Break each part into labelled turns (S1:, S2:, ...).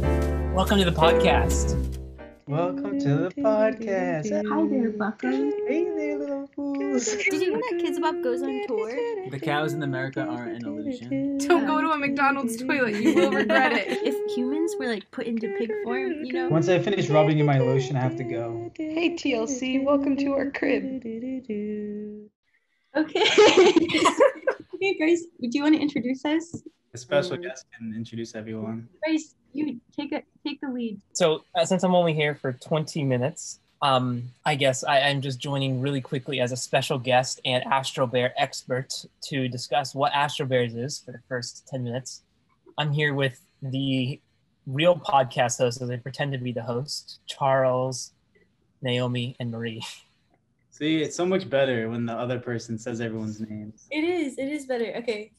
S1: Welcome to the podcast.
S2: Welcome to the podcast.
S3: Hi there, Bucko.
S2: Hey there, little fools.
S4: Did you know that Kids Bop goes on tour?
S1: The cows in America aren't an illusion.
S5: Don't go to a McDonald's toilet. You will regret it.
S4: If humans were like put into pig form, you know,
S2: Once I finish rubbing in my lotion, I have to go.
S5: Hey TLC, welcome to our crib.
S3: Okay. okay, Grace, do you want to introduce us?
S6: A special
S1: Mm-hmm.
S6: guest can introduce everyone.
S3: Grace, you take a take the lead.
S1: So uh, since I'm only here for 20 minutes, um, I guess I, I'm just joining really quickly as a special guest and Astro Bear expert to discuss what Astro Bears is for the first 10 minutes. I'm here with the real podcast host, as I pretend to be the host, Charles, Naomi, and Marie.
S6: See, it's so much better when the other person says everyone's names.
S7: It is. It is better. Okay.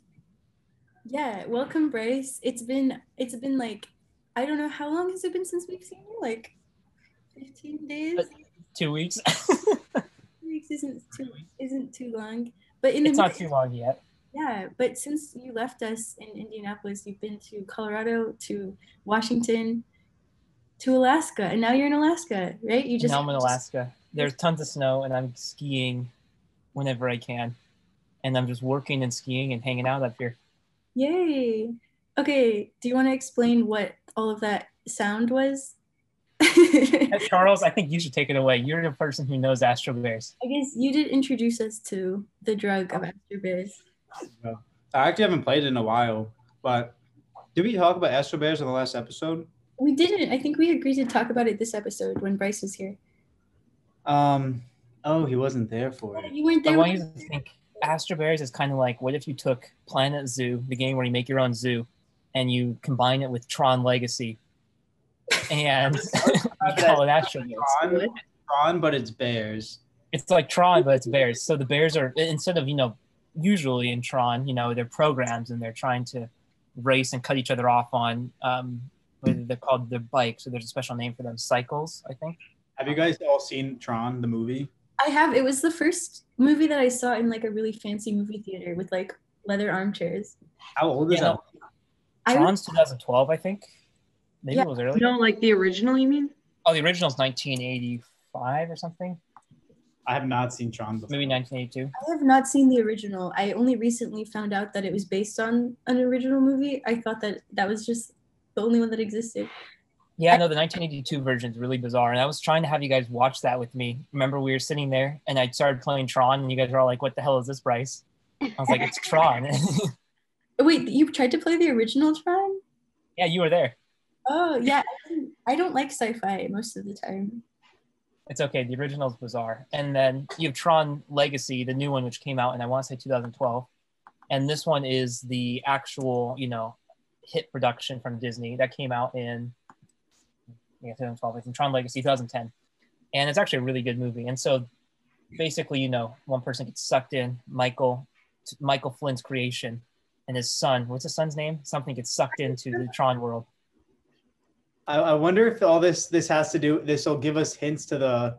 S7: Yeah. Welcome, Bryce. It's been. It's been like, I don't know how long has it been since we've seen you. Like, fifteen days.
S1: Uh, Two weeks.
S7: Two weeks isn't too isn't too long. But in the
S1: it's not
S7: mean-
S1: too long yet.
S7: yeah. But since you left us in Indianapolis, you've been to Colorado, to Washington, to Alaska, and now you're in Alaska, right? You just
S1: now I'm in Alaska. There's tons of snow, and I'm skiing whenever I can. And I'm just working and skiing and hanging out up here.
S7: Yay. Okay. Do you want to explain what all of that sound was?
S1: Hey, Charles, I think you should take it away. You're the person who knows Astro Bears.
S7: I guess you did introduce us to the drug of Astro Bears.
S6: I actually haven't played it in a while, but did we talk about Astro Bears in the last episode?
S7: We didn't. I think we agreed to talk about it this episode when Bryce was here.
S6: Um, oh, he wasn't there for it.
S7: You weren't
S1: I
S7: there.
S1: want you
S7: When,
S1: to think Astro Bears is kind of like what if you took Planet Zoo, the game where you make your own zoo, and you combine it with Tron Legacy and you call it Astro Bears.
S6: Tron, Tron, but it's bears.
S1: it's like Tron, but it's bears. So the bears are instead of you know usually in Tron, you know they're programs and they're trying to race and cut each other off on um, whether they're called their bikes. So there's a special name for them, cycles, I think.
S6: Have you guys all seen Tron, the movie?
S7: I have. It was the first movie that I saw in like a really fancy movie theater with like leather armchairs.
S6: How old is
S1: Yeah,
S6: that?
S7: I would-
S1: Tron's 2012, I think. Maybe
S7: Yeah,
S1: it was earlier.
S5: No, like the original, you mean?
S1: Oh, the original's 1985 or something.
S6: I have not seen Tron before.
S1: Maybe 1982.
S7: I have not seen the original. I only recently found out that it was based on an original movie. I thought that that was just the only one that existed.
S1: Yeah, no, the 1982 version is really bizarre. And I was trying to have you guys watch that with me. Remember, we were sitting there and I started playing Tron, and you guys were all like, What the hell is this, Bryce? I was like, It's Tron.
S7: Oh, Wait, you tried to play the original Tron?
S1: yeah, you were there.
S7: Oh yeah, I don't- I don't like sci-fi most of the time.
S1: It's okay. The original's bizarre. And then you have Tron Legacy, the new one, which came out in, I want to say 2012. And this one is the actual, you know, hit production from Disney that came out in, yeah, 2012. It's in Tron Legacy 2010. And it's actually a really good movie. And so basically, you know, one person gets sucked in, Michael, t- Michael Flynn's creation, and his son, what's his son's name? Something gets sucked into the Tron world.
S6: I, I wonder if all this this has to do. This will give us hints to the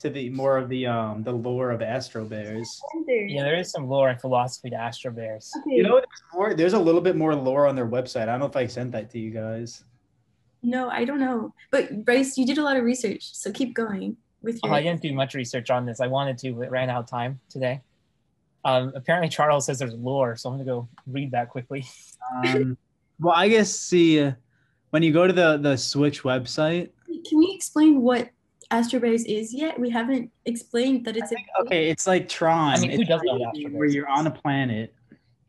S6: to the more of the um the lore of Astro Bears.
S1: Yeah, there is some lore and philosophy to Astro Bears.
S6: You know, there's more. There's a little bit more lore on their website. I don't know if I sent that to you guys.
S7: No, I don't know. But Bryce, you did a lot of research, so keep going with
S1: Oh,
S7: your.
S6: Uh-huh,
S1: I didn't do much research on this. I wanted to, but ran out of time today. Um, apparently, Charles says there's lore, so I'm gonna go read that quickly.
S6: Um, well, I guess see uh, when you go to the the Switch website.
S7: Can we explain what Astro Bears is yet? We haven't explained that it's a.
S6: Okay, it's like Tron.
S1: I mean, who
S6: It's
S1: doesn't know
S6: like
S1: what Astro
S6: Where
S1: Bears
S6: you're
S1: is?
S6: on a planet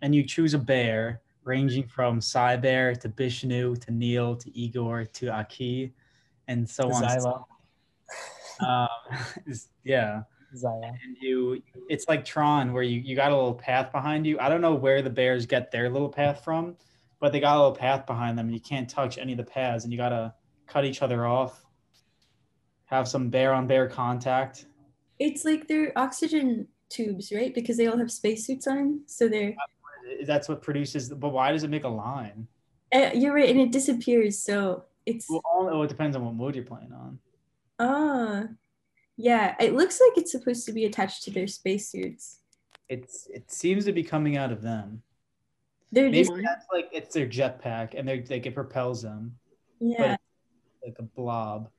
S6: and you choose a bear, ranging from Bear to Bishnu to Neil to Igor to Aki, and so on.
S1: Xylo,
S6: Um, it's- yeah.
S1: Xylo.
S6: and you it's like tron where you, you got a little path behind you i don't know where the bears get their little path from but they got a little path behind them and you can't touch any of the paths and you gotta cut each other off have some bear on bear contact
S7: It's like their oxygen tubes, right? Because they all have spacesuits on, so they're.
S6: that's what produces but why does it make a line
S7: Uh, you're right, and it disappears. So it's.
S6: well all, oh, it depends on what mode you're playing on
S7: Oh, yeah. It looks like it's supposed to be attached to their spacesuits.
S6: it's it seems to be coming out of them
S7: They're
S6: maybe
S7: just.
S6: that's like it's their jetpack and they like it propels them
S7: Yeah.
S6: like a blob.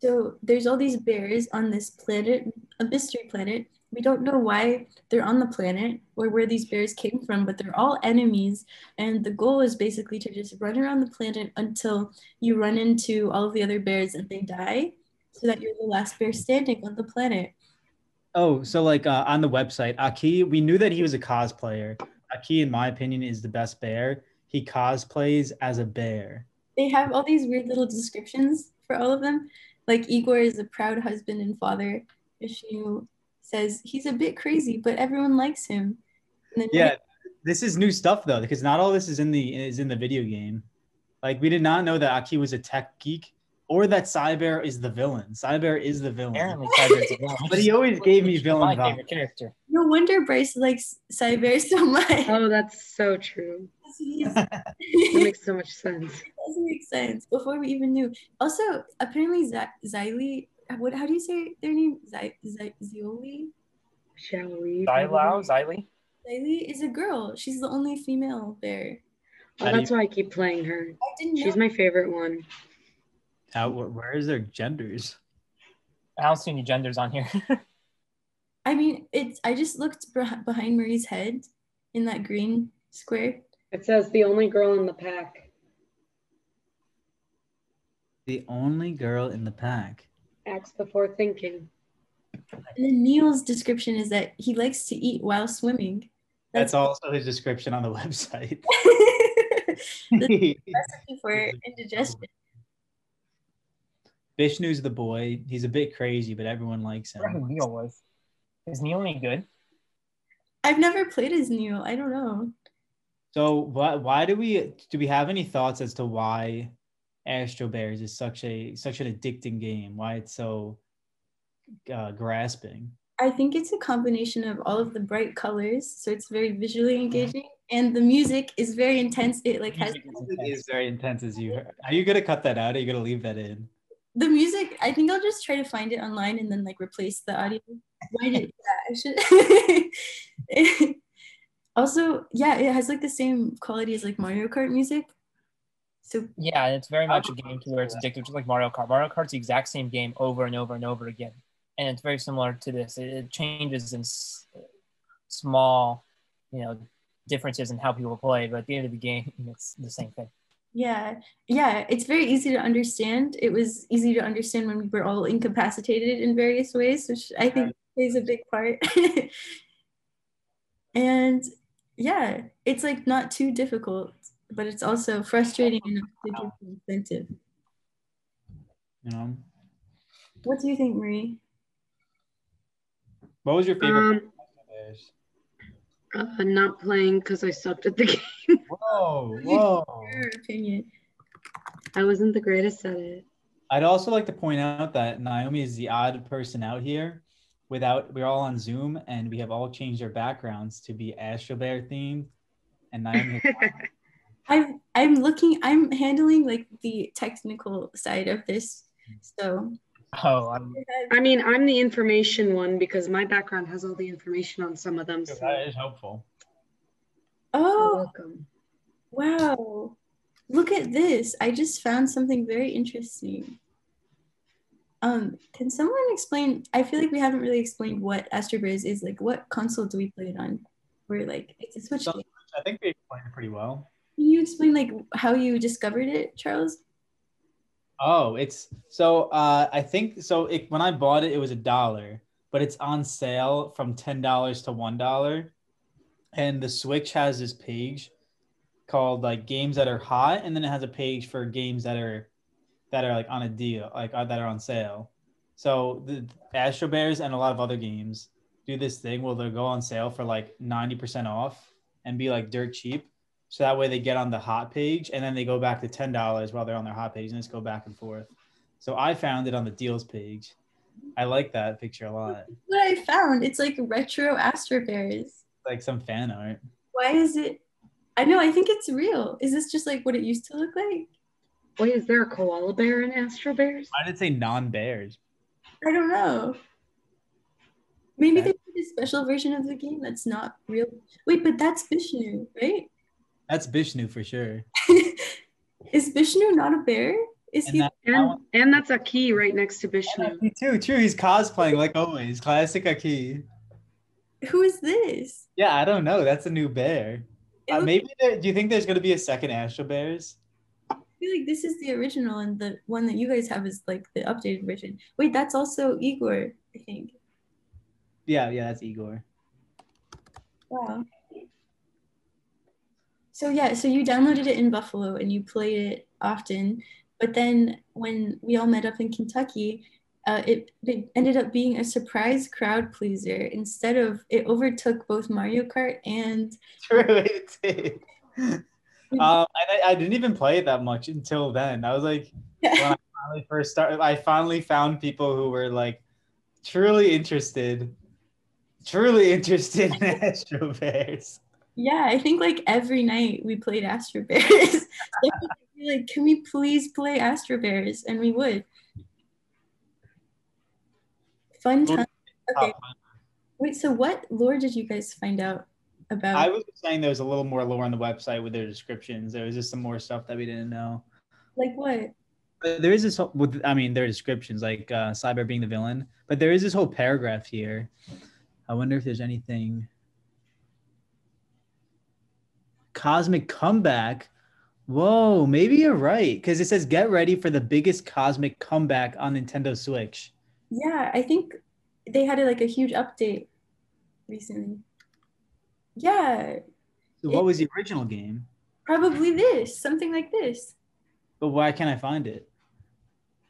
S7: So there's all these bears on this planet, a mystery planet. We don't know why they're on the planet or where these bears came from, but they're all enemies. And the goal is basically to just run around the planet until you run into all of the other bears and they die, so that you're the last bear standing on the planet.
S6: Oh, so like uh, on the website, Aki, we knew that he was a cosplayer. Aki, in my opinion, is the best bear. He cosplays as a bear.
S7: They have all these weird little descriptions for all of them. Like Igor is a proud husband and father. Vishnu says he's a bit crazy, but everyone likes him. And then
S6: Yeah, this is new stuff though, because not all this is in the is in the video game. Like we did not know that Aki was a tech geek, or that Cyber is the villain. Cyber is the villain.
S1: Apparently, Cyber's a villain.
S6: Mm-hmm. But he always gave me
S1: my
S6: villain vibes.
S1: favorite character.
S7: No wonder Bryce likes Cyber so much.
S5: Oh, that's so true.
S7: He's-
S5: That makes so much sense.
S7: doesn't make sense. Before we even knew. Also, apparently, Zy- Xylee, what? How do you say their name? Zy- Zy- Zioli.
S5: Shall we?
S1: Xylao, Xylee.
S7: Xylee is a girl. She's the only female bear.
S5: Oh, that's why I keep playing her.
S7: I didn't know.
S5: She's my favorite one.
S6: How- wh- where is their genders?
S1: I don't see any genders on here.
S7: I mean, it's. I just looked beh- behind Marie's head in that green square.
S5: It says the only girl in the pack.
S6: The only girl in the pack.
S5: Acts before thinking.
S7: And then Neil's description is that he likes to eat while swimming.
S6: That's also his description on the website.
S7: recipe for indigestion.
S6: Vishnu's the boy. He's a bit crazy, but everyone likes
S1: I wonder
S6: him.
S1: who Neil was. Is Neil any good?
S7: I've never played as Neil. I don't know.
S6: So why why do we do we have any thoughts as to why Astro Bears is such a such an addicting game? Why it's so uh, grasping?
S7: I think it's a combination of all of the bright colors, so it's very visually engaging, and the music is very intense. It like has
S6: It is very intense as you. Are you gonna cut that out? Are you gonna leave that in?
S7: the music. I think I'll just try to find it online and then like replace the audio. Why did yeah? I should. also, yeah, it has like the same quality as like Mario Kart music. So
S1: Yeah, and it's very much a game to where it's addictive, just like Mario Kart. Mario Kart's the exact same game over and over and over again, and it's very similar to this. It, it changes in s- small, you know, differences in how people play, but at the end of the game, it's the same thing.
S7: Yeah, yeah, it's very easy to understand. It was easy to understand when we were all incapacitated in various ways, which I think plays a big part. And yeah, it's like not too difficult, but it's also frustrating enough to give you incentive.
S6: You know,
S7: What do you think, Marie?
S6: what was your favorite?
S5: Um,
S6: Bears?
S5: uh, not playing because I sucked at the game.
S6: Whoa, whoa!
S7: Your opinion.
S5: I wasn't the greatest at it.
S6: I'd also like to point out that Naomi is the odd person out here. Without we're all on Zoom and we have all changed our backgrounds to be Astro Bear themed, and Naomi.
S7: I'm I'm looking, I'm handling like the technical side of this. So
S1: Oh, I'm,
S5: I mean, I'm the information one because my background has all the information on some of them. So
S6: is helpful.
S5: you're
S7: oh,
S5: welcome.
S7: Wow. Look at this. I just found something very interesting. Um, can someone explain? I feel like we haven't really explained what Astro Bros is. Like, what console do we play it on? We're like, it's a Switch
S6: So-
S7: game.
S6: I think we explained it pretty well.
S7: Can you explain, like, how you discovered it, Charles?
S6: Oh, it's so uh I think so it when I bought it it was a dollar, but it's on sale from ten dollars to one dollar. And the Switch has this page called like games that are hot, and then it has a page for games that are that are like on a deal, like uh, that are on sale. So the Astro Bears and a lot of other games do this thing where they'll go on sale for like 90% off and be like dirt cheap. So that way they get on the hot page and then they go back to ten dollars while they're on their hot page and just go back and forth. So I found it on the deals page. I like that picture a lot.
S7: What I found, it's like retro Astro Bears.
S6: Like some fan art.
S7: Why is it? I know, I think it's real. Is this just like what it used to look like?
S5: Wait, is there a koala bear in Astro Bears?
S6: Why did it say non bears?
S7: I don't know. Maybe
S6: Okay.
S7: they did a special version of the game that's not real. Wait, but that's Vishnu, right?
S6: That's Bishnu for sure.
S7: Is Vishnu not a bear? Is
S6: And
S7: he?
S6: that, that
S5: And
S6: one-
S5: and that's a key right next to Vishnu.
S6: Aki too, true. He's cosplaying like always. Classic Aki.
S7: Who is this?
S6: Yeah, I don't know. That's a new bear.
S7: It
S6: Uh,
S7: looks-
S6: maybe there, do you think there's gonna be a second Astro Bears?
S7: I feel like this is the original, and the one that you guys have is like the updated version. Wait, that's also Igor, I think.
S6: Yeah, yeah, that's Igor.
S7: Wow. So yeah, so you downloaded it in Buffalo and you played it often, but then when we all met up in Kentucky, uh, it, it ended up being a surprise crowd pleaser. Instead of it overtook both Mario Kart and
S6: True, it did. Um, and I, I didn't even play it that much until then. I was like, when I finally first started, I finally found people who were like truly interested, truly interested in Astro Bears.
S7: yeah, I think like every night we played Astro Bears. So we'd be like, can we please play Astro Bears? And we would. Fun
S6: Cool.
S7: time. Okay, wait. So what lore did you guys find out about?
S6: I was just saying there was a little more lore on the website with their descriptions. There was just some more stuff that we didn't know.
S7: like what?
S6: But there is this whole, with, I mean, there are descriptions like uh, Cyber being the villain, but there is this whole paragraph here. I wonder if there's anything. Cosmic comeback. Whoa, maybe you're right. Because it says get ready for the biggest cosmic comeback on Nintendo Switch.
S7: Yeah, I think they had like a huge update recently. Yeah,
S6: So what was the original game?
S7: probably this, something like this.
S6: But why can't I find it?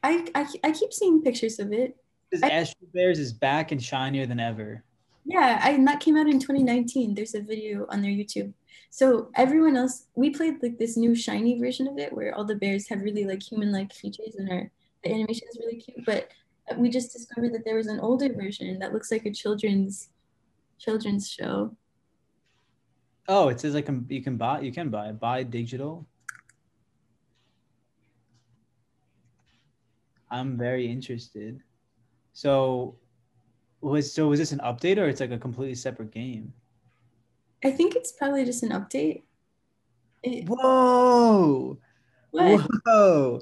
S7: I I, I keep seeing pictures of it.
S6: This
S7: I-
S6: Astro Bears is back and shinier than ever.
S7: Yeah, I, and that came out in 2019. There's a video on their YouTube. So everyone else, we played like this new shiny version of it where all the bears have really like human-like features and our the animation is really cute. But uh, we just discovered that there was an older version that looks like a children's children's show.
S6: Oh, it says I can you can buy you can buy buy digital. I'm very interested. So was so was this an update or it's like a completely separate game?
S7: I think it's probably just an update. It,
S6: Whoa!
S7: what?
S6: Whoa!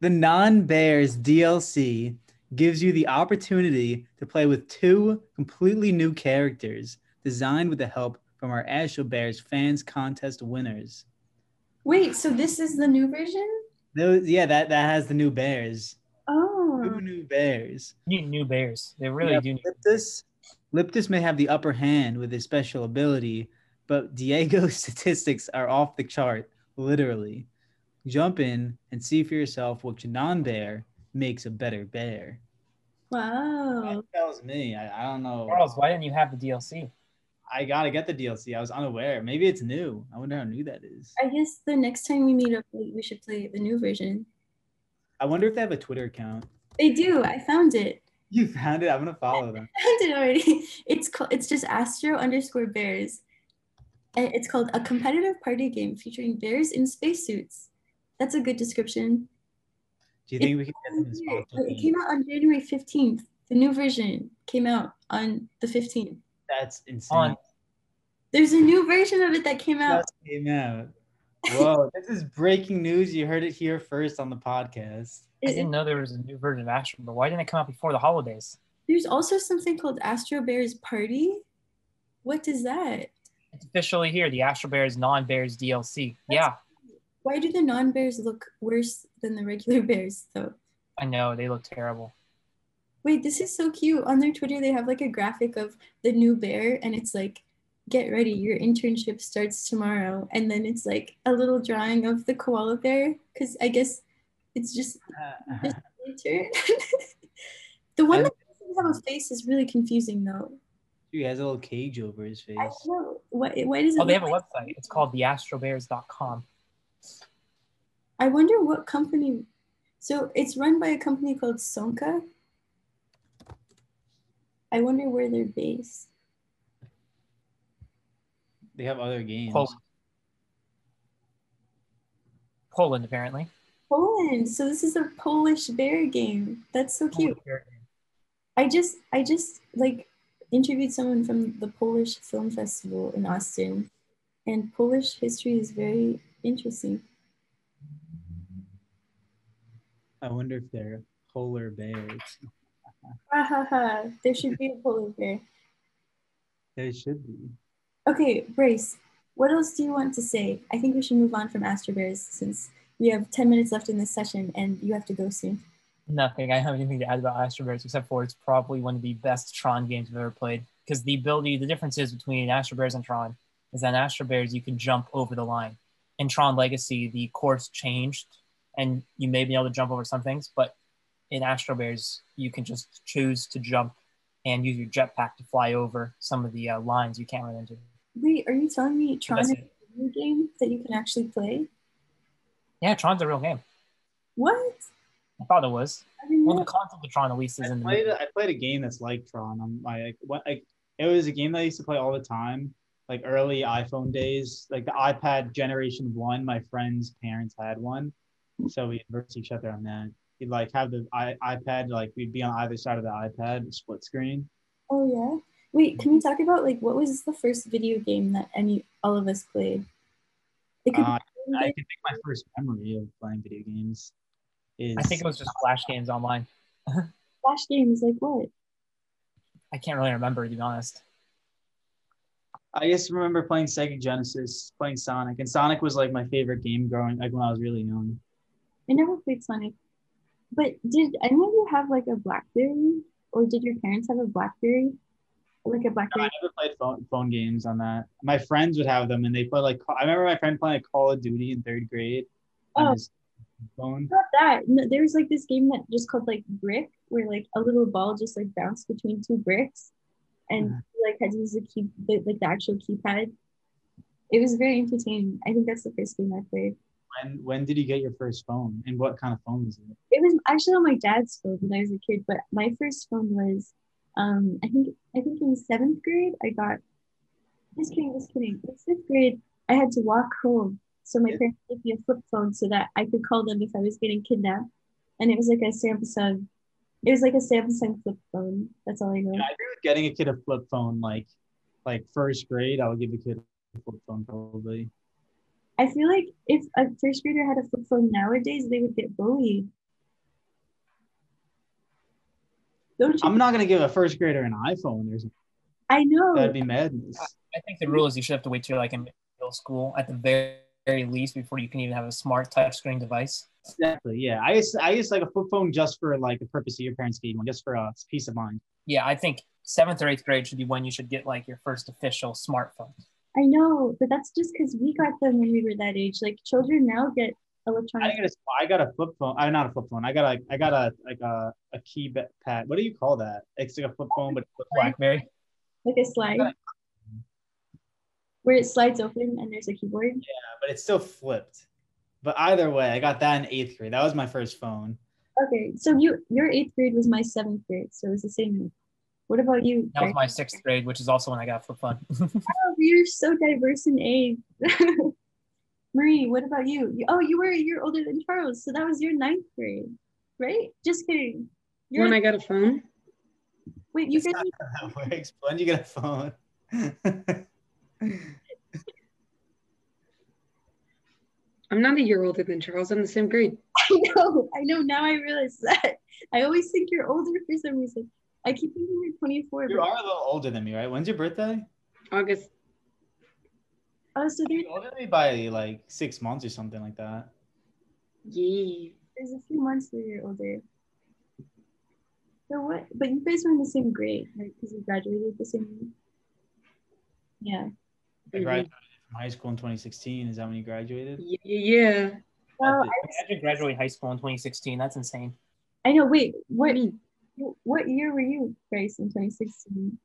S6: The non bears DLC gives you the opportunity to play with two completely new characters designed with the help from our Astro Bears fans contest winners.
S7: Wait, so this is the new version?
S6: Those, yeah, that that has the new bears. Two
S7: Oh,
S6: new bears.
S1: You need new bears. They really
S6: Yeah,
S1: do. Need-
S6: Liptus, Liptus may have the upper hand with his special ability, but Diego's statistics are off the chart, literally. Jump in and see for yourself which non-bear makes a better bear.
S7: wow. Uh-huh.
S6: That tells me. I, I don't know.
S1: Charles, why didn't you have the DLC?
S6: I gotta get the DLC. I was unaware. Maybe it's new. I wonder how new that is.
S7: I guess the next time we meet up, we we should play the new version.
S6: I wonder if they have a Twitter account.
S7: They do. I found it.
S6: You found it. I'm gonna follow them.
S7: found it already. It's called. It's just Astro underscore Bears, and it's called a competitive party game featuring bears in spacesuits. That's a good description. Oh,
S6: Do you think we can get them to sponsor?
S7: It
S6: me?
S7: came out on January fifteenth. The new version came out on the fifteenth.
S6: That's insane.
S1: On
S7: There's a new version of it that came out.
S6: just came out. Whoa, this is breaking news. You heard it here first on the podcast.
S1: I
S7: It-
S1: didn't know there was a new version of Astro, but why didn't it come out before the holidays?
S7: there's also something called Astro Bears Party. What is that?
S1: It's officially here, the Astro Bears non-bears DLC. Yeah,
S7: Why do the non-bears look worse than the regular bears though?
S1: I know they look terrible.
S7: Wait, this is so cute. On their Twitter, they have like a graphic of the new bear, and it's like, get ready, your internship starts tomorrow. And then it's like a little drawing of the koala bear, because I guess it's just winter. the one that doesn't have a face is really confusing, though.
S6: He has a little cage over his face.
S7: I don't know. Why, why does it
S1: Oh, they
S7: look
S1: have a
S7: like-
S1: website. It's called theastrobears.com.
S7: I wonder what company. So it's run by a company called Sonka. I wonder where they're based.
S6: They have other games.
S1: Poland. Poland, apparently.
S7: Poland. So this is a Polish bear game. That's
S1: Oh.
S7: so cute. I just I just like interviewed someone from the Polish Film Festival in Austin, and Polish history is very interesting.
S6: I wonder if they're polar bears.
S7: Ha ha ha. There should be a polar bear.
S6: They should be.
S7: Okay, Brace, what else do you want to say? I think we should move on from Astro Bears since we have 10 minutes left in this session and you have to go soon.
S1: Nothing. I don't have anything to add about Astroverse except for it's probably one of the best Tron games I've ever played. Because the ability, the difference is between Astroverse and Tron is that in Astroverse you can jump over the line. In Tron Legacy, the course changed and you may be able to jump over some things, but in Astroverse you can just choose to jump and use your jetpack to fly over some of the uh, lines you can't run into.
S7: Wait, are you telling me Tron
S1: That's
S7: is a video game that you can actually play?
S1: Yeah, Tron's a real game.
S7: What?
S1: I thought it was.
S7: I didn't
S1: Well,
S7: know.
S1: the concept of Tron at least is
S6: I
S1: in the
S6: played,
S1: movie.
S6: a, I played a game that's like Tron on my like, what like it was a game that I used to play all the time, like early iPhone days, like the iPad generation one. My friend's parents had one, so we versed each other on that. We'd like have the I, iPad, like we'd be on either side of the iPad, split screen.
S7: Oh yeah. Wait, can we
S6: Mm-hmm.
S7: talk about like what was the first video game that any all of us played? It could
S6: Uh,
S7: be
S6: I can think my first memory of playing video games is
S1: I think it was just Flash games online.
S7: flash games, like what?
S1: I can't really remember to be honest.
S6: I just remember playing Sega Genesis, playing Sonic, and Sonic was like my favorite game growing like when I was really young.
S7: I never played Sonic. But did any of you have like a Blackberry? Or did your parents have a Blackberry? Like a
S6: No, I
S7: Blackberry?
S6: never played phone, phone games on that. My friends would have them, and they play like I remember my friend playing Call of Duty in third grade on
S7: Oh.
S6: his phone.
S7: Not that. No, there was like this game that just called like Brick, where like a little ball just like bounced between two bricks, and
S6: Mhm.
S7: you, like had to use the key, the, like the actual keypad. It was very entertaining. I think that's the first game I played.
S6: When when did you get your first phone, and what kind of phone was it?
S7: it was actually on my dad's phone when I was a kid, but my first phone was um I think I think in seventh grade I got just kidding, just kidding. In fifth grade I had to walk home. So my
S6: Yeah.
S7: parents gave me a flip phone so that I could call them if I was getting kidnapped. And it was like a Samsung it was like a Samsung flip phone. That's all I know.
S6: And I agree with getting a kid a flip phone like like first grade. I would give a kid a flip phone probably.
S7: I feel like if a first grader had a flip phone nowadays, they would get bullied. Don't you?
S6: I'm not gonna give a first grader an iPhone. There's
S7: I know.
S6: that'd be madness.
S1: I think the rule is you should have to wait till like in middle school at the very, very least before you can even have a smart touchscreen device.
S6: Exactly. Yeah, I used I used like a flip phone just for like the purpose of your parents gave you one, just for uh, peace of mind.
S1: Yeah, I think seventh or eighth grade should be when you should get like your first official smartphone.
S7: I know, but that's just because we got them when we were that age. Like children now get
S6: I
S7: electronic.
S6: got a, I got a flip phone. I not a flip phone. I got a I got a like a a key ba- pad. What do you call that? It's like a flip phone, but it's flip black.
S1: BlackBerry.
S7: like a slide, where it slides open and there's a keyboard.
S6: But it's still flipped. But either way, I got that in eighth grade. That was my first phone.
S7: Okay, so you your eighth grade was my seventh grade, so it was the same. What about you?
S1: That was
S7: Greg?
S1: my sixth grade, which is also when I got a flip phone.
S7: Oh, you're so diverse in age. Marie, what about you? You- Oh, you were a year older than Charles, so that was your ninth grade, right? Just kidding. You're,
S5: When I got a phone,
S7: wait, you
S6: That's
S7: guys
S6: not how that works. When you get a phone,
S5: I'm not a year older than Charles. I'm the same grade.
S7: I know, I know. Now I realize that. I always think you're older for some reason. I keep thinking you're 24.
S6: you
S7: but-
S6: are a little older than me, right? When's your birthday?
S5: August.
S7: Oh, so there-
S6: You're older than me by like six months or something like that.
S5: Yeah.
S7: there's a few months where you're older. So what? But you guys were in the same grade, right? Because you graduated the same. Yeah.
S6: I graduated from high school in 2016. Is that when you graduated?
S5: Yeah, yeah.
S7: Well,
S6: did.
S1: I did graduate high school in 2016. That's insane.
S7: I know. Wait,
S5: What
S7: what? What year were you, Grace, in 2016?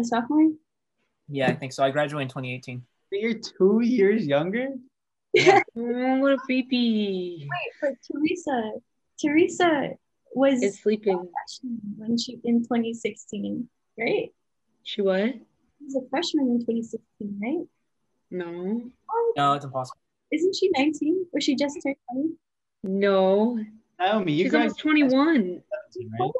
S7: A sophomore?
S1: Yeah, I think so. I graduated in 2018.
S6: You're two years younger.
S5: Oh, what a baby.
S7: But Teresa, Teresa was
S5: It's sleeping.
S7: freshman when she in 2016, right?
S5: She what?
S7: She was a freshman in 2016, right?
S5: No.
S7: What?
S3: Oh,
S1: No, it's impossible.
S7: Isn't she 19? Or she just turned 20?
S5: No.
S6: Naomi, you
S5: She's almost
S6: graduated
S5: 21.
S6: at 17, right?
S3: Oh,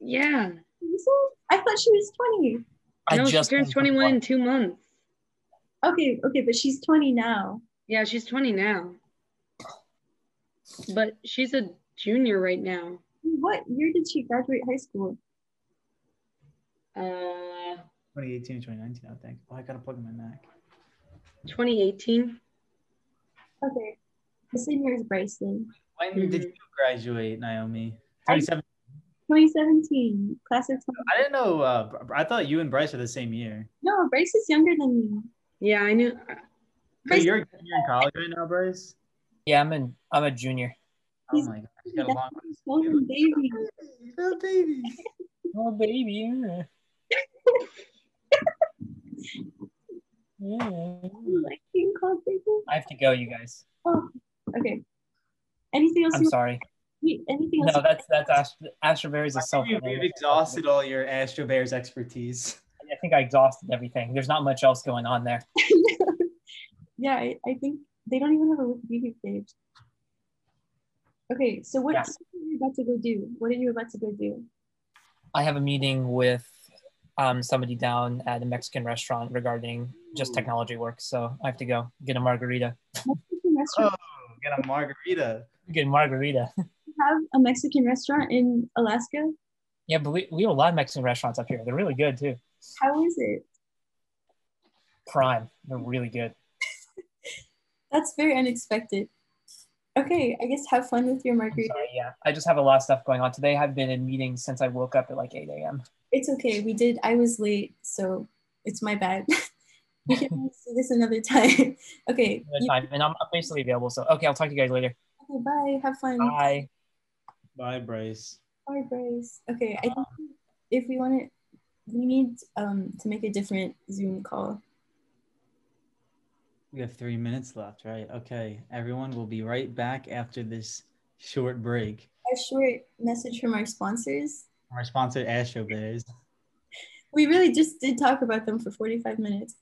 S7: 21?
S5: Yeah.
S7: Teresa? I thought she was 20.
S5: no,
S1: I
S5: she
S1: just
S5: turns
S1: turned
S5: 21 in two months.
S7: Okay, okay, but she's 20 now.
S5: Yeah, she's 20 now. But she's a junior right now.
S3: What year did she graduate high school?
S5: Uh,
S6: 2018 and 2019, I think. Oh, I gotta plug in my Mac.
S5: 2018.
S3: Okay.
S7: The same year as Bryson.
S6: When did you graduate, Naomi?
S3: I-
S6: 27.
S3: 2017, class of 20.
S6: I didn't know. Uh, Br- I thought you and Bryce were the same year.
S3: No, Bryce is younger than me.
S5: Yeah, I knew.
S6: So
S3: Bryce,
S6: you're, you're in college right now, Bryce.
S1: Yeah, I'm in. I'm a junior.
S6: Oh
S3: He's-
S6: my god, you got a long
S3: golden baby.
S6: Little baby.
S1: Oh baby. Yeah. Yeah.
S3: Like being called baby.
S1: I have to go, you guys.
S3: Oh, okay. Anything else?
S1: I'm
S3: you
S1: sorry.
S3: want- Anything else?
S1: No, that's that's Astro, Astro Bears is self.
S6: You've you've exhausted all your Astro Bears expertise.
S1: I think I exhausted everything. There's not much else going on there.
S3: yeah, I, I think they don't even have a Wikipedia page. Okay, so what
S1: Yeah.
S3: what are you about to go do? What are you about to go do?
S1: I have a meeting with um, somebody down at a Mexican restaurant regarding just technology work. So I have to go get a margarita.
S3: Mexican
S6: Oh,
S3: restaurant.
S6: get a margarita.
S1: Get a margarita.
S3: You have a Mexican restaurant in Alaska.
S1: Yeah, but we, we have a lot of Mexican restaurants up here. They're really good too.
S3: How is it?
S1: Prime. They're really good.
S7: That's very unexpected. Okay, I guess have fun with your
S1: I'm
S7: margarita.
S1: sorry. Yeah, I just have a lot of stuff going on today. I've been in meetings since I woke up at like 8 a.m.
S7: It's okay. We did. I was late, so it's my bad. we can always do this another time. okay.
S1: Good
S7: you-
S1: time, and I'm I'm basically available. So okay, I'll talk to you guys later.
S7: okay. Bye. Have fun.
S1: Bye.
S6: Bye, Bryce.
S7: Bye, Bryce. Okay. I
S5: Uh-huh.
S7: think if we want to, we need um, to make a different Zoom call.
S6: We have three minutes left, right? Okay, everyone, we'll be right back after this short break.
S7: A short message from our sponsors.
S6: Our sponsor, Astro Bears.
S7: We really just did talk about them for 45 minutes.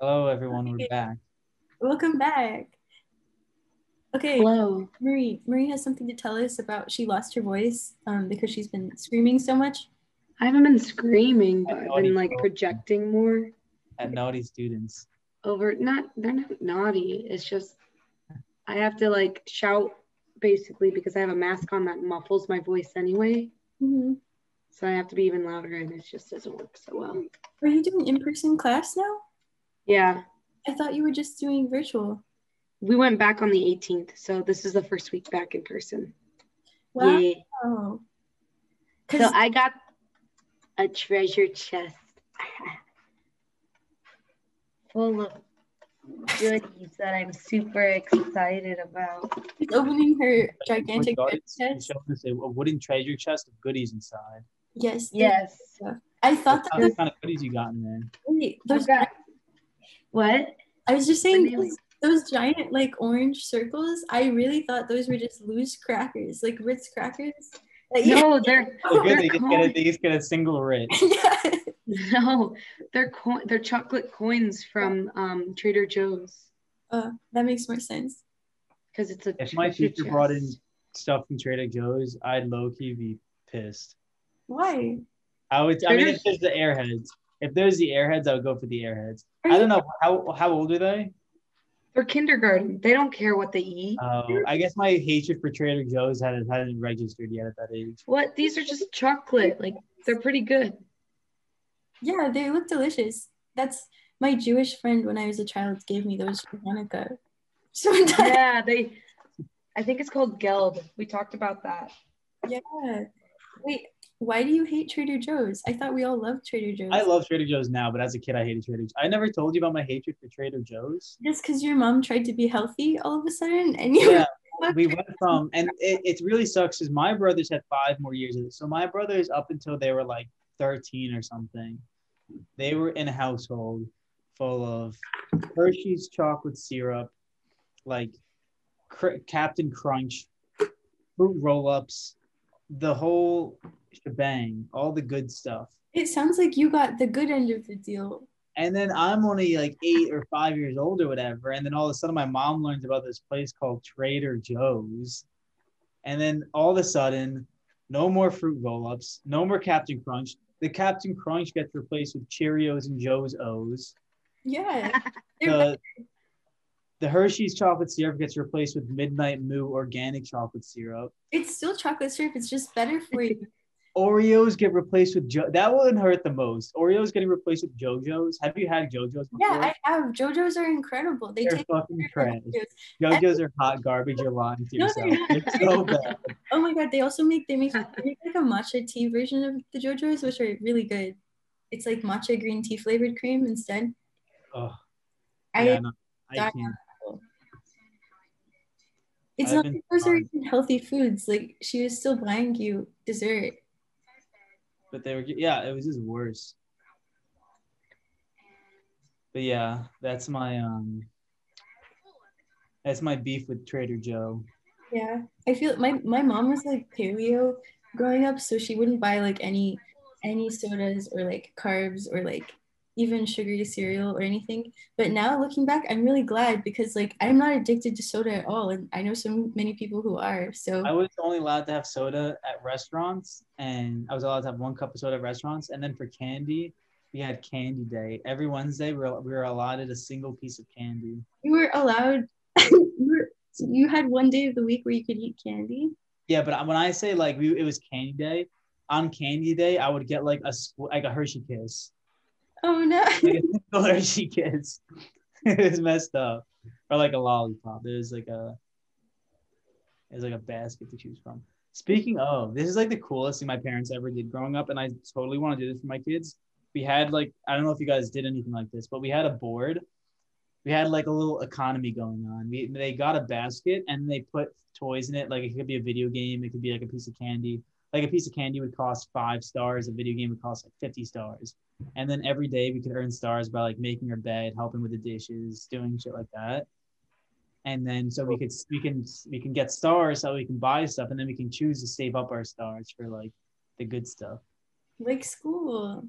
S6: Hello, everyone. We're back.
S7: Welcome back. Okay.
S5: Hello.
S7: Marie, Marie has something to tell us about. She lost her voice um, because she's been screaming so much.
S5: I haven't been screaming,
S6: I
S5: but
S6: know
S5: I've been
S6: you
S5: like
S6: don't.
S5: projecting more
S6: At Naughty Students.
S5: over. Not they're not naughty. It's just I have to like shout basically because I have a mask on that muffles my voice anyway. Mm-hmm.
S7: Mhm.
S5: So I have to be even louder, and it just doesn't work so well.
S7: Are you doing in-person class now?
S5: Yeah,
S7: I thought you were just doing virtual.
S5: we went back on the 18th, so this is the first week back in person.
S7: Wow.
S5: Yeah. So
S7: 'Cause-
S5: I got a treasure chest full of goodies that I'm super excited about.
S7: She's opening her gigantic
S6: With Naughty Students,
S7: chest.
S6: showing us a wooden treasure chest of goodies inside.
S7: Yes. there's-
S5: Yes.
S7: I thought that
S6: What
S7: was
S6: kind of goodies you got in there?
S7: wait,
S5: I've
S7: those.
S5: got- What?
S7: I was just saying
S5: Bananas.
S7: those, those giant like orange circles. I really thought those were just loose crackers, like Ritz crackers. Like,
S5: No, they're
S6: They're
S5: They're
S6: good. They just get a, they just get a single writ.
S7: yeah.
S5: no, they're coin, they're chocolate coins from um, Trader Joe's
S7: Uh, that makes more sense.
S5: because it's a.
S6: If my
S5: treasure
S6: teacher brought in
S5: chest.
S6: stuff from Trader Joe's, I'd low key be pissed.
S7: Why?
S6: I would. I mean,
S5: There's-
S6: if there's the airheads, if there's the airheads, I would go for the airheads. I don't know how how old are they.
S5: They're kindergarten. They don't care what they eat.
S6: Uh, I guess my hatred for Trader Joe's hadn't hadn't registered yet at that age.
S5: What? These are just chocolate. Like they're pretty good.
S7: Yeah, they look delicious. That's my Jewish friend when I was a child gave me those for Hanukkah. So that-
S5: yeah, they. I think it's called Geld. We talked about that.
S7: yeah. Wait, why do you hate Trader Joe's? I thought we all loved Trader Joe's.
S6: I love Trader Joe's now, but as a kid, I hated Trader. Joe's. I never told you about my hatred for Trader Joe's.
S7: just because your mom tried to be healthy all of a sudden and you
S6: Yeah, we went from, and it, it really sucks because my brothers had five more years of this. So my brothers, up until they were like 13 or something, they were in a household full of Hershey's chocolate syrup, like cr- Captain Crunch, fruit roll ups, the whole shebang, all the good stuff.
S7: it sounds like you got the good end of the deal.
S6: And then I'm only like eight or five years old or whatever. And then all of a sudden, my mom learns about this place called Trader Joe's. And then all of a sudden, no more fruit roll ups, no more Captain Crunch. The Captain Crunch gets replaced with Cheerios and Joe's O's.
S7: Yeah. They're
S6: The, The Hershey's chocolate syrup gets replaced with Midnight Moo organic chocolate syrup.
S7: It's still chocolate syrup. It's just better for you.
S6: Oreos get replaced with jo- that one hurt the most. Oreos getting replaced with JoJo's. Have you had JoJo's? Before?
S7: Yeah, I have. JoJo's are incredible. They
S6: they're
S7: taste
S6: fucking trash.
S7: Cheerios.
S6: JoJo's are hot garbage. You're lying to
S7: No,
S6: yourself.
S7: they're
S6: They're so bad.
S7: Oh my god, they also make they make, they make like a matcha tea version of the JoJo's, which are really good. It's like matcha green tea flavored cream instead.
S6: Ugh.
S7: I
S6: yeah, no, I
S7: that-
S6: can't.
S7: it's
S6: I've
S7: not
S6: been
S7: like those are
S6: surprised.
S7: even healthy foods. Like she was still buying you dessert.
S6: But they were, yeah, it was just worse. But yeah, that's my um, that's my beef with Trader Joe.
S7: Yeah, I feel my my mom was like paleo growing up, so she wouldn't buy like any any sodas or like carbs or like even sugary cereal or anything. But now looking back, I'm really glad because like I'm not addicted to soda at all, and I know so many people who are. So
S6: I was only allowed to have soda at restaurants, and I was allowed to have one cup of soda at restaurants. And then for candy, we had candy day every Wednesday. We were, we were allotted a single piece of candy.
S7: you were allowed. you, were, you had one day of the week where you could eat candy.
S6: Yeah, but when I say like we, it was candy day, on candy day, I would get like a squ- like a Hershey kiss.
S7: Oh no!
S6: the Hershey Kiss. it was messed up. Or like a lollipop. There's like a there's like a basket to choose from. Speaking of, this is like the coolest thing my parents ever did growing up, and I totally want to do this for my kids. We had like I don't know if you guys did anything like this, but we had a board. We had like a little economy going on. We they got a basket and they put toys in it. Like it could be a video game, it could be like a piece of candy. Like a piece of candy would cost five stars. A video game would cost like fifty stars and then every day we could earn stars by like making her bed helping with the dishes doing shit like that and then so we could we can we can get stars so we can buy stuff and then we can choose to save up our stars for like the good stuff
S7: like school.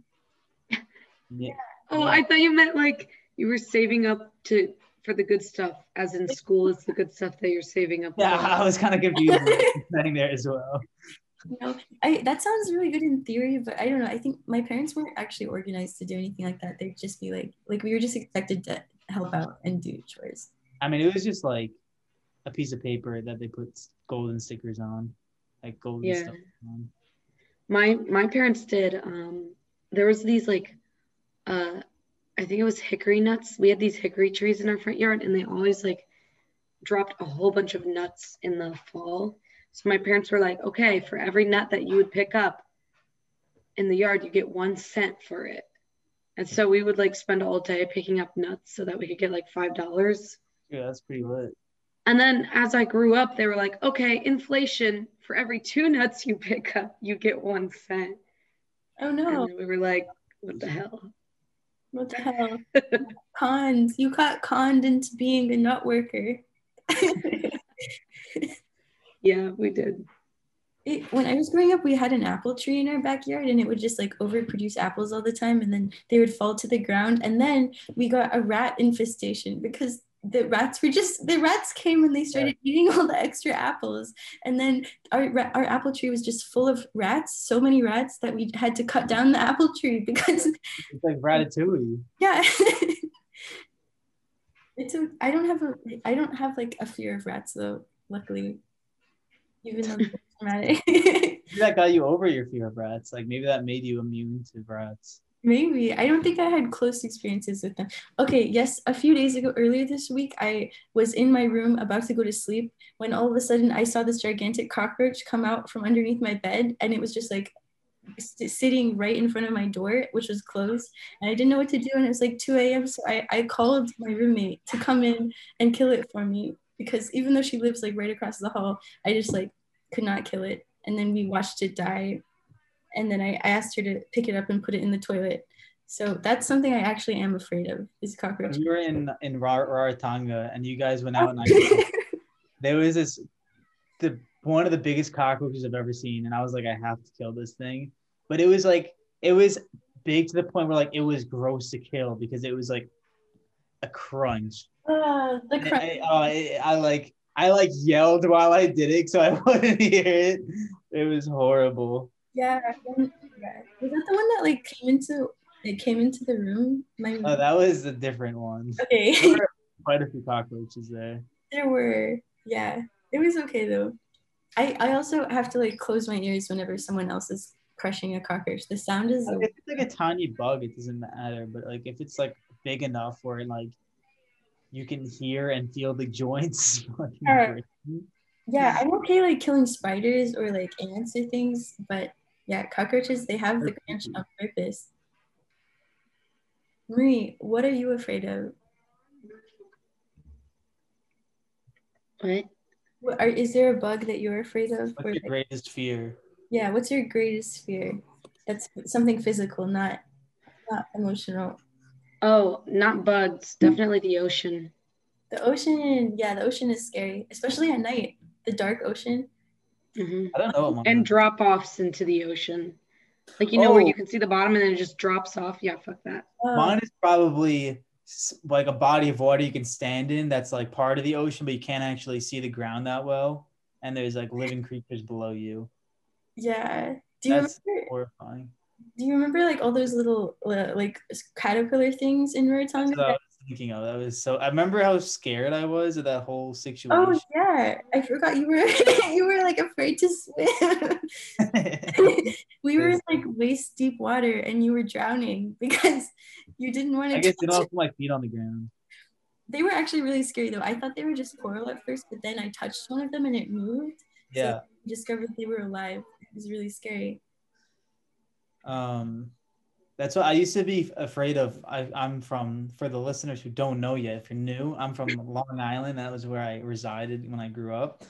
S6: yeah,
S5: Oh,
S6: Yeah.
S5: I thought you meant like you were saving up to for the good stuff, as in school is the good stuff that you're saving up.
S6: yeah
S5: for.
S6: i was kind of confused with the thing there as well
S7: No, I that sounds really good in theory, but I don't know. I think my parents weren't actually organized to do anything like that. They'd just be like, like we were just expected to help out and do chores.
S6: i mean it was just like a piece of paper that they put golden stickers on like golden
S5: Yeah.
S6: stuff on.
S5: my my parents did um there was these like uh i think it was hickory nuts we had these hickory trees in our front yard and they always like dropped a whole bunch of nuts in the fall so my parents were like okay for every nut that you would pick up in the yard you get one cent for it and so we would like spend all day picking up nuts so that we could get like five dollars
S6: yeah that's pretty lit
S5: and then as i grew up they were like okay inflation for every two nuts you pick up you get one cent
S7: Oh no!
S5: and then we were like, what the hell?
S7: What the hell? Cons. You got conned into being a nut worker.
S5: Yeah, we did.
S7: It, when I was growing up, we had an apple tree in our backyard and it would just like overproduce apples all the time and then they would fall to the ground. And then we got a rat infestation because the rats were just, the rats came and they started eating all the extra apples. And then our, ra- our apple tree was just full of rats, so many rats that we had to cut down the apple tree because,
S6: it's like ratatouille
S7: yeah. it's a, I don't have a, I don't have like a fear of rats though, luckily, even though it's traumatic.
S6: maybe that got you over your fear of rats like maybe that made you immune to rats
S7: Maybe. I don't think I had close experiences with them. Okay, yes, a few days ago, earlier this week, I was in my room about to go to sleep when all of a sudden I saw this gigantic cockroach come out from underneath my bed and it was just like s- sitting right in front of my door, which was closed. And I didn't know what to do. And it was like 2 a.m. So I, I called my roommate to come in and kill it for me because even though she lives like right across the hall, I just like could not kill it. And then we watched it die and then I, I asked her to pick it up and put it in the toilet. So that's something I actually am afraid of is
S6: when
S7: cockroaches.
S6: we were in in Ra- Rarotonga and you guys went out and I,
S7: oh
S6: there was this the one of the biggest cockroaches I've ever seen and I was like I have to kill this thing but it was like it was big to the point where like it was gross to kill because it was like a crunch
S7: the
S6: And
S7: crunch.
S6: I, oh, I, I like I like yelled while I did it so I wouldn't hear it it was horrible
S7: Yeah. um, yeah. Was that the one that like came into it came into the room? My
S6: oh that was a different one
S7: okay.
S6: Remember quite a few cockroaches there.
S7: There were, yeah. It was okay though. I, I also have to like close my ears whenever someone else is crushing a cockroach. The sound is
S6: If it's like a tiny bug, it doesn't matter. But like if it's like big enough where like you can hear and feel the joints. fucking
S7: Alright.
S6: breaking.
S7: yeah, I'm okay like killing spiders or like ants or things, but yeah, cockroaches they have the crunch on purpose. Marie, what are you afraid of?
S5: What?
S7: What are, is there a bug that you're afraid of? Or,
S6: What's your
S7: like,
S6: greatest fear?
S7: yeah, what's your greatest fear? That's something physical, not not emotional.
S5: Oh, not bugs. Definitely the ocean.
S7: The ocean, yeah, the ocean is scary, especially at night. The dark ocean.
S5: hmm
S6: I don't know. what my-
S5: And drop offs into the ocean. Like, you know, where
S6: Oh.
S5: you can see the bottom and then it just drops off. Yeah, fuck that.
S7: Oh,
S6: Mine is probably s- like a body of water you can stand in that's like part of the ocean, but you can't actually see the ground that well. And there's like living creatures below you.
S7: yeah. Do you
S6: That's-
S7: remember?
S6: Horrifying.
S7: Do you remember like all those little uh, like s- caterpillar things in Rarotonga?
S6: So I was thinking of that was so. I remember how scared I was of that whole situation.
S7: oh yeah, I forgot you were you were like afraid to swim. we were in, like waist deep water and you were drowning because you didn't want to.
S6: I guess they don't have to, like feet on the ground.
S7: they were actually really scary though. I thought they were just coral at first, but then I touched one of them and it moved.
S6: Yeah.
S7: I discovered they were alive. It was really scary.
S6: Um, that's what I used to be afraid of. I, I'm from, for the listeners who don't know yet, if you're new, I'm from Long Island. That was where I resided when I grew up.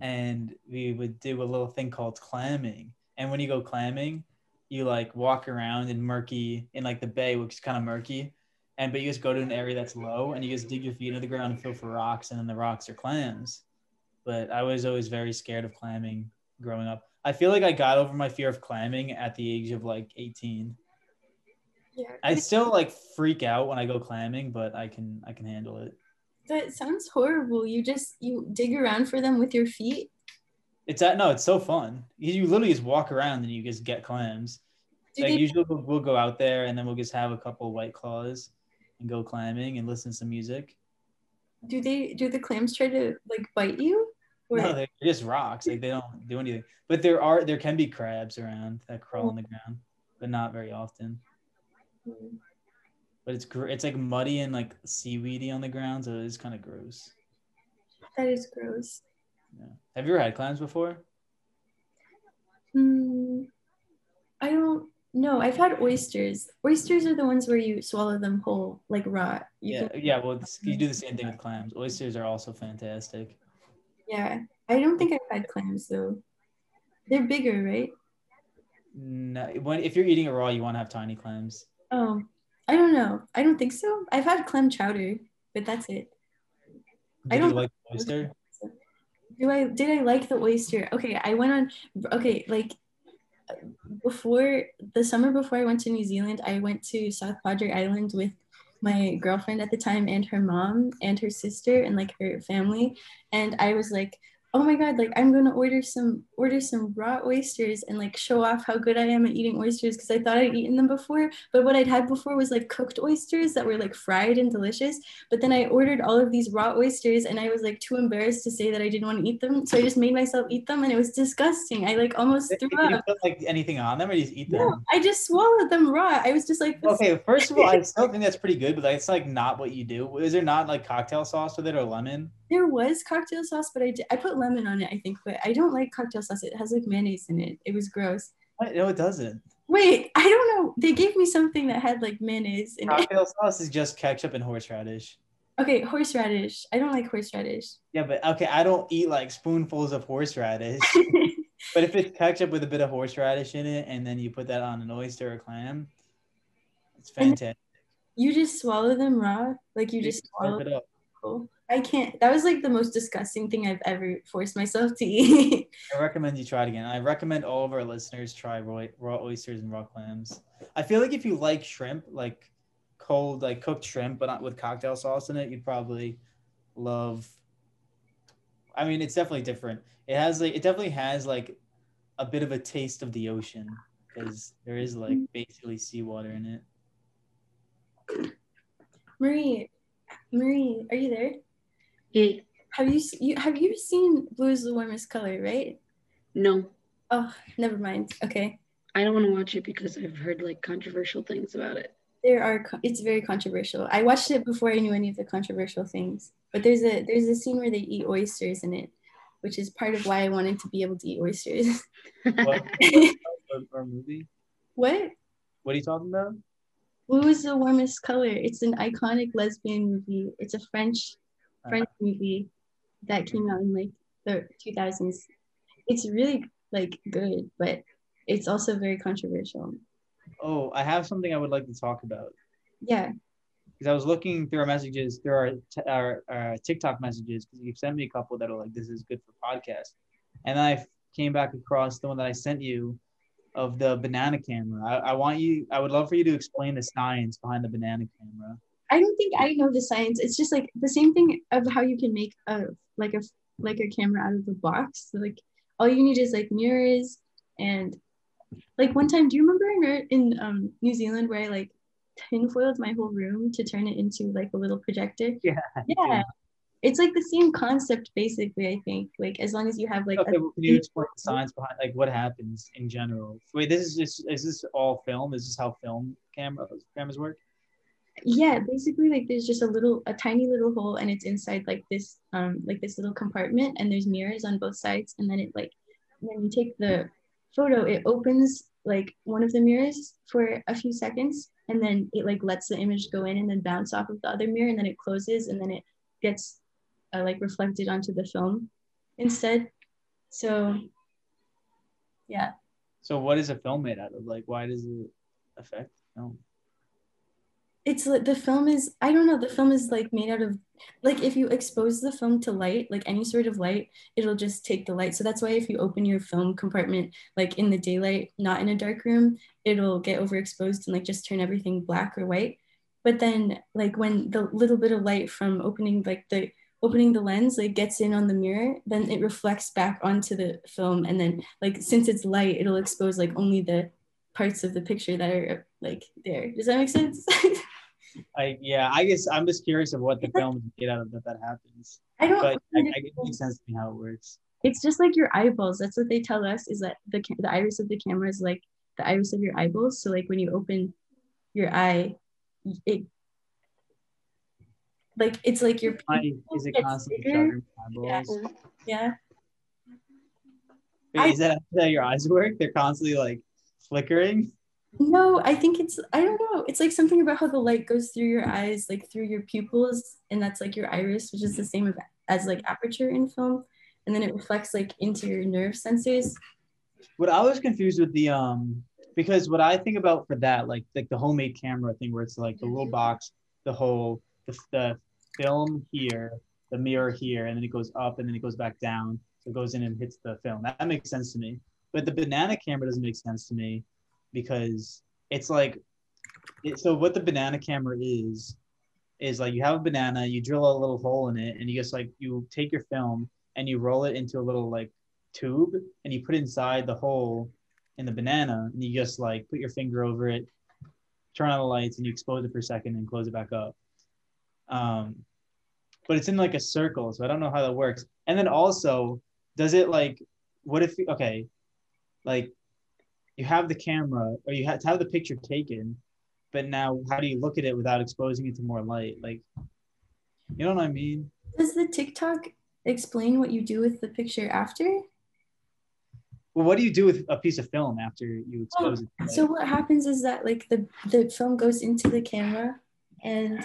S6: And we would do a little thing called clamming. And when you go clamming, you like walk around in murky, in like the bay, which is kind of murky. And but you just go to an area that's low and you just dig your feet into the ground and feel for rocks. And then the rocks are clams. But I was always very scared of clamming growing up. I feel like I got over my fear of climbing at the age of like 18.
S7: Yeah.
S6: I still like freak out when I go climbing, but I can I can handle it.
S7: That sounds horrible. You just you dig around for them with your feet.
S6: It's at no, it's so fun. You, you literally just walk around and you just get clams.
S7: Do
S6: like
S7: they,
S6: usually we'll, we'll go out there and then we'll just have a couple white claws and go climbing and listen to some music.
S7: do they do the clams try to like bite you? Or
S6: No, they're just rocks. Like they don't do anything. But there are there can be crabs around that crawl on the ground, but not very often. But it's gr- it's like muddy and like seaweedy on the ground, so it's kind of gross.
S7: that is gross.
S6: Have you ever had clams before?
S7: Hmm. I don't know. I've had oysters. Oysters are the ones where you swallow them whole, like raw. You
S6: yeah,
S7: can-
S6: yeah. Well, it's, you do the same thing with clams. Oysters are also fantastic.
S7: yeah. I don't think I've had clams though. They're bigger, right?
S6: No, when if you're eating it raw, you want to have tiny clams.
S7: Oh, I don't know. I don't think so. I've had clam chowder, but that's it. I
S6: Do you
S7: don't-
S6: like oyster?
S7: Do I did I like the oyster? Okay, I went on okay, like before the summer before I went to New Zealand, I went to South Padre Island with my girlfriend at the time and her mom and her sister and like her family and I was like Oh my god, like I'm gonna order some order some raw oysters and like show off how good I am at eating oysters because I thought I'd eaten them before, but what I'd had before was like cooked oysters that were like fried and delicious. But then I ordered all of these raw oysters and I was like too embarrassed to say that I didn't want to eat them. So I just made myself eat them and it was disgusting. I like almost
S6: Did
S7: threw
S6: you
S7: up.
S6: put like anything on them, or you just eat
S7: No,
S6: them?
S7: I just swallowed them raw. I was just like, this-
S6: Okay, first of all, I still think that's pretty good, but that's like not what you do. Is there not like cocktail sauce with it or lemon?
S7: there was cocktail sauce, but I, did, I put lemon on it, I think, but I don't like cocktail sauce. It has like mayonnaise in it. It was gross.
S6: What? No, it doesn't.
S7: Wait, I don't know. They gave me something that had like mayonnaise in it.
S6: Cocktail sauce is just ketchup and horseradish.
S7: Okay, horseradish. I don't like horseradish.
S6: Yeah, but okay, I don't eat like spoonfuls of horseradish. But if it's ketchup with a bit of horseradish in it, and then you put that on an oyster or clam, it's
S7: And-
S6: fantastic.
S7: you just swallow them raw? Like you
S6: You
S7: just swallow
S6: slurp it up.
S7: cool. I can't. That was like the most disgusting thing I've ever forced myself to eat.
S6: I recommend you try it again. I recommend all of our listeners try raw, raw oysters and raw clams. I feel like if you like shrimp, like cold, like cooked shrimp, but not with cocktail sauce in it, you'd probably love. I mean, it's definitely different. It has like it definitely has like a bit of a taste of the ocean because there is like
S7: Mm-hmm.
S6: basically seawater in it.
S7: Marie, Marie, are you there?
S5: Yeah.
S7: Have you, s- you have you seen blue is the warmest color, right?
S5: No,
S7: Oh, never mind. Okay.
S5: I don't want to watch it because I've heard like controversial things about it.
S7: There are co- it's very controversial. I watched it before I knew any of the controversial things. But there's a there's a scene where they eat oysters in it, which is part of why I wanted to be able to eat oysters.
S6: What, or, or movie?
S7: what?
S6: What are you talking about?
S7: Blue is the warmest color. It's an iconic lesbian movie. It's a French French movie that came out in like the 2000s. It's really like good, but it's also very controversial.
S6: Oh, I have something I would like to talk about
S7: Yeah.
S6: because I was looking through our messages, through our, t- our, our TikTok messages, because you sent me a couple that are like, this is good for podcast. And then I came back across the one that I sent you of the banana camera. I, I want you, I would love for you to explain the science behind the banana camera.
S7: I don't think I know the science. It's just like the same thing of how you can make a like a like a camera out of the box. So, like all you need is like mirrors and like one time. Do you remember in Mer- in um, New Zealand where I like tinfoiled my whole room to turn it into like a little projector?
S6: Yeah,
S7: Yeah. It's like the same concept basically. I think like as long as you have like
S6: Okay,
S7: a,
S6: well, can you explain the science behind like what happens in general? Wait, this is just is this all film? Is this how film cameras cameras work?
S7: yeah, basically like there's just a little a tiny little hole and it's inside like this um like this little compartment and there's mirrors on both sides and then it like when you take the photo it opens like one of the mirrors for a few seconds and then it like lets the image go in and then bounce off of the other mirror and then it closes and then it gets uh, like reflected onto the film instead. So yeah.
S6: So what is a film made out of? Like why does it affect film?
S7: it's like the film is i don't know the film is like made out of like if you expose the film to light like any sort of light it'll just take the light so that's why if you open your film compartment like in the daylight not in a dark room it'll get overexposed and like just turn everything black or white but then like when the little bit of light from opening like the opening the lens like gets in on the mirror then it reflects back onto the film and then like since it's light it'll expose like only the parts of the picture that are like there does that make sense
S6: I yeah, I guess I'm just curious of what the film is made out of that that happens.
S7: I don't.
S6: But I, I,
S7: understand.
S6: it makes sense to me how it works.
S7: it's just like your eyeballs. That's what they tell us is that the ca- the iris of the camera is like the iris of your eyeballs. So like when you open your eye, it like it's like your
S6: Why is it
S7: It's
S6: constantly
S7: bigger.
S6: shuttering eyeballs?
S7: yeah.
S6: Wait, is that how your eyes work? They're constantly like flickering.
S7: No, I think it's I don't know. It's like something about how the light goes through your eyes, like through your pupils, and that's like your iris, which is the same of- as like aperture in film, and then it reflects like into your nerve sensors.
S6: What I was confused with the um because what I think about for that like like the homemade camera thing where it's like the little box, the hole, the, the film here, the mirror here, and then it goes up and then it goes back down. So it goes in and hits the film. That, that makes sense to me. But the banana camera doesn't make sense to me because it's like it, so what the banana camera is is like you have a banana, you drill a little hole in it, and you just like you take your film and you roll it into a little like tube and you put it inside the hole in the banana and you just like put your finger over it turn on the lights and you expose it for a second and close it back up um but it's in like a circle so i don't know how that works and then also does it like what if okay like you have the camera or you have to have the picture taken but now how do you look at it without exposing it to more light like you know what i mean
S7: Does the TikTok explain what you do with the picture after?
S6: well what do you do with a piece of film after you expose it to light?
S7: So what happens is that like the the film goes into the camera, and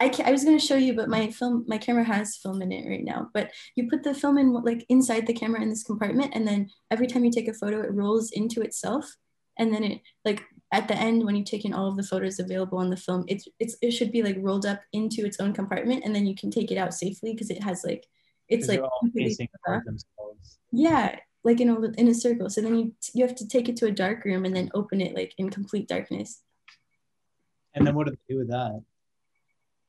S7: I ca- I was gonna show you, but my film my camera has film in it right now. But you put the film in like inside the camera in this compartment, and then every time you take a photo, it rolls into itself, and then it like at the end when you've taken all of the photos available on the film, it's it's it should be like rolled up into its own compartment, and then you can take it out safely because it has like it's
S6: 'Cause
S7: like
S6: they're all
S7: completely
S6: facing toward themselves.
S7: Yeah, like in a in a circle. So then you you have to take it to a dark room and then open it like in complete darkness.
S6: And then what do they do with that?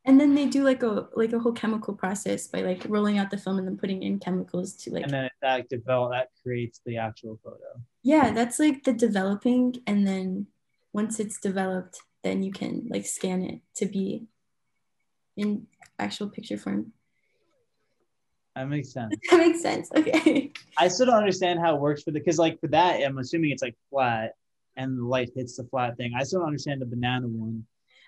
S7: And then they do like a like a whole chemical process by like rolling out the film and then putting in chemicals to like
S6: And then that develop that creates the actual photo.
S7: yeah, that's like the developing and then once it's developed, then you can like scan it to be in actual picture form.
S6: That makes sense.
S7: That makes sense. Okay.
S6: I still don't understand how it works for the because like for that, I'm assuming it's like flat and the light hits the flat thing. I still don't understand the banana one.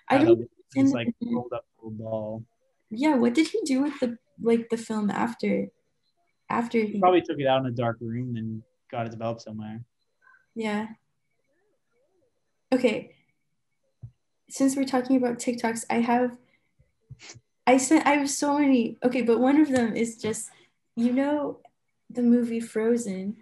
S7: I
S6: how
S7: don't.
S6: that It's like
S7: understand the-
S6: rolled up little ball.
S7: Yeah. What did he do with the like the film after? After he.
S6: Probably took it out in a dark room and got it developed somewhere.
S7: Yeah. Okay. Since we're talking about TikToks, I have I sent I have so many. Okay, but one of them is just you know the movie Frozen.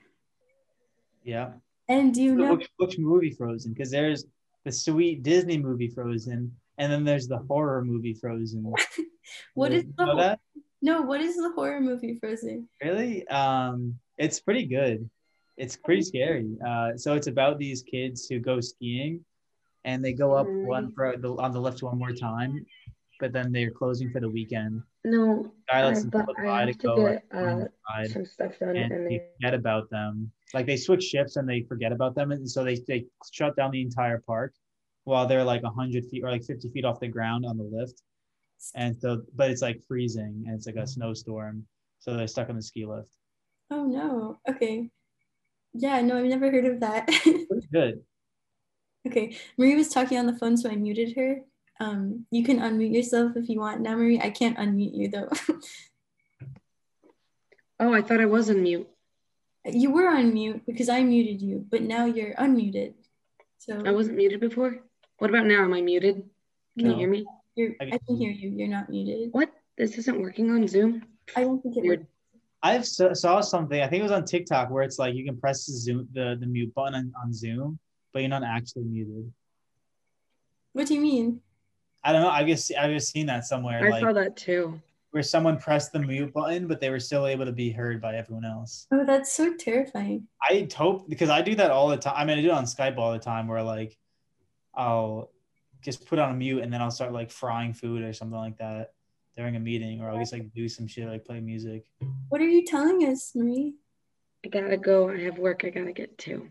S6: Yeah.
S7: And do you
S6: But
S7: know
S6: Which, which movie Frozen? Because there's the sweet Disney movie Frozen, and then there's the horror movie Frozen.
S7: what is
S6: You
S7: the
S6: know
S7: hor-
S6: that?
S7: no, what is the horror movie Frozen?
S6: Really? Um, it's pretty good. It's pretty
S5: Mm-hmm.
S6: scary. Uh, so it's about these kids who go skiing, and they go up
S5: Mm-hmm.
S6: one for the, on the lift one more time, but then they're closing for the weekend.
S5: No,
S6: Guy lets
S5: Uh,
S6: them
S5: but
S6: flip
S5: I
S6: by to
S5: have to
S6: go
S5: get, uh,
S6: like, on the side,
S5: some stuff done
S6: and
S5: and
S6: they
S5: then
S6: forget about them. Like they switch shifts and they forget about them, and so they they shut down the entire park while they're like hundred feet or like fifty feet off the ground on the lift. And so, but it's like freezing, and it's like
S5: Mm-hmm.
S6: a snowstorm, so they're stuck on the ski lift.
S7: Oh no. Okay. Yeah, no, I've never heard of that.
S6: Pretty good.
S7: okay. Marie was talking on the phone, so I muted her. Um, you can unmute yourself if you want. Now, Marie, I can't unmute you though.
S5: Oh, I thought I was on mute.
S7: You were on mute because I muted you, but now you're unmuted. So
S5: I wasn't muted before. What about now? Am I muted? Can
S6: No.
S5: you hear me?
S7: you're,
S6: I
S7: I can hear you. You're not muted.
S5: What? This isn't working on Zoom?
S7: I don't think it
S5: Oh, Weird.
S7: would.
S6: I've s- saw something. I think it was on TikTok where it's like you can press the Zoom the, the mute button on, on Zoom, but you're not actually muted.
S7: What do you mean?
S6: I don't know. I guess I've just seen that somewhere,
S5: I
S6: like
S5: saw that too.
S6: where someone pressed the mute button, but they were still able to be heard by everyone else.
S7: Oh, that's so terrifying.
S6: I hope because I do that all the time. I mean, I do it on Skype all the time where like I'll just put on mute and then I'll start like frying food or something like that during a meeting, or I'll just like do some shit like play music.
S7: What are you telling us, Marie?
S5: I gotta go. I have work I gotta get to.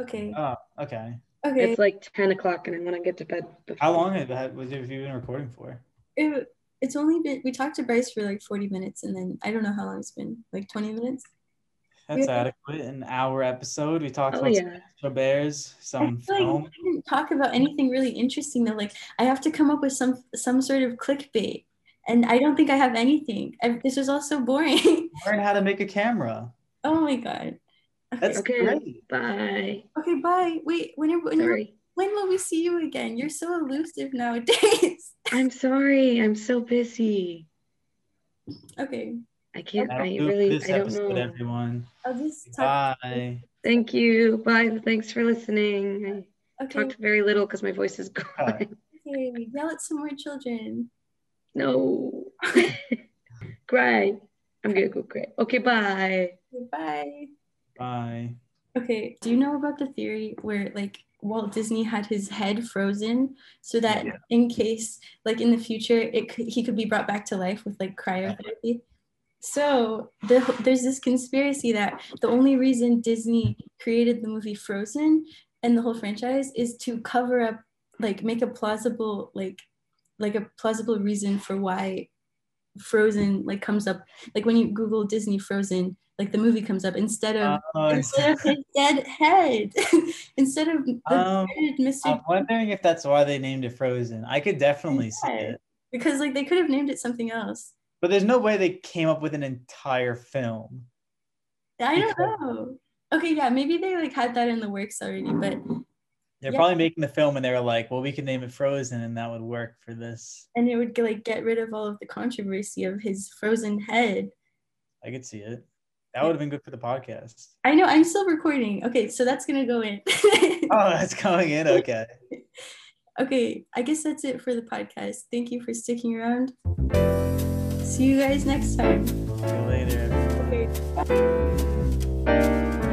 S7: Okay.
S6: Oh, okay.
S7: Okay.
S5: It's like 10 o'clock and I'm gonna get to bed. before-
S6: How long have that was have you been recording for?
S7: It, it's only been, we talked to Bryce for like 40 minutes and then I don't know how long it's been, like 20 minutes?
S6: That's
S7: Yeah.
S6: adequate. An hour episode. We talked
S5: Oh,
S6: about
S5: yeah.
S6: some bears,
S7: I
S6: some
S7: feel like
S6: film.
S7: we didn't talk about anything really interesting though. Like I have to come up with some some sort of clickbait, and I don't think I have anything. I, this was all so boring.
S6: Learn how to make a camera.
S7: oh my god. Okay.
S6: That's
S5: Okay.
S6: great.
S5: Bye.
S7: Okay, bye. Wait, when are, when, are,
S5: Sorry.
S7: when will we see you again? You're so elusive nowadays.
S5: I'm sorry. I'm so busy.
S7: okay,
S5: I can't.
S6: That'll
S5: I
S6: do it for
S5: really.
S6: this
S5: I don't
S6: episode,
S5: know.
S6: everyone.
S7: I'll just talk.
S6: Bye.
S5: Thank you. Bye. Thanks for listening. I
S7: Okay,
S5: talked very little because my voice is
S6: Uh.
S5: gone.
S7: okay, yell at some more children.
S5: No. Cry. I'm gonna go cry. Okay. Bye.
S7: Bye.
S6: Bye.
S7: Okay, do you know about the theory where like Walt Disney had his head frozen so that
S6: Yeah.
S7: in case like in the future it could, he could be brought back to life with like cryotherapy? So the, there's this conspiracy that the only reason Disney created the movie Frozen and the whole franchise is to cover up like make a plausible like like a plausible reason for why Frozen like comes up like when you Google Disney Frozen like the movie comes up instead of
S6: Oh, it's-
S7: instead of his dead head, instead of the
S6: Um,
S7: dreaded Mr.
S6: I'm wondering if that's why they named it Frozen. I could definitely see
S7: Yeah.
S6: it.
S7: because like they could have named it something else.
S6: But there's no way they came up with an entire film.
S7: I don't
S6: Because-
S7: know. Okay, yeah, maybe they like had that in the works already, but
S6: They're
S7: Yeah.
S6: probably making the film and they were like, well, we could name it Frozen and that would work for this.
S7: and it would like get rid of all of the controversy of his frozen head.
S6: I could see it. That would have been good for the podcast.
S7: I know I'm still recording. Okay, so that's gonna go in.
S6: Oh, that's going in. Okay.
S7: okay, I guess that's it for the podcast. Thank you for sticking around. See you guys next time.
S6: See you later.
S7: Okay.